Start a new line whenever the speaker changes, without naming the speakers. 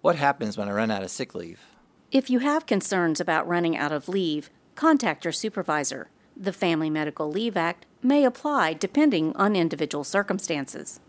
What happens when I run out of sick leave?
If you have concerns about running out of leave, contact your supervisor. The Family Medical Leave Act may apply depending on individual circumstances.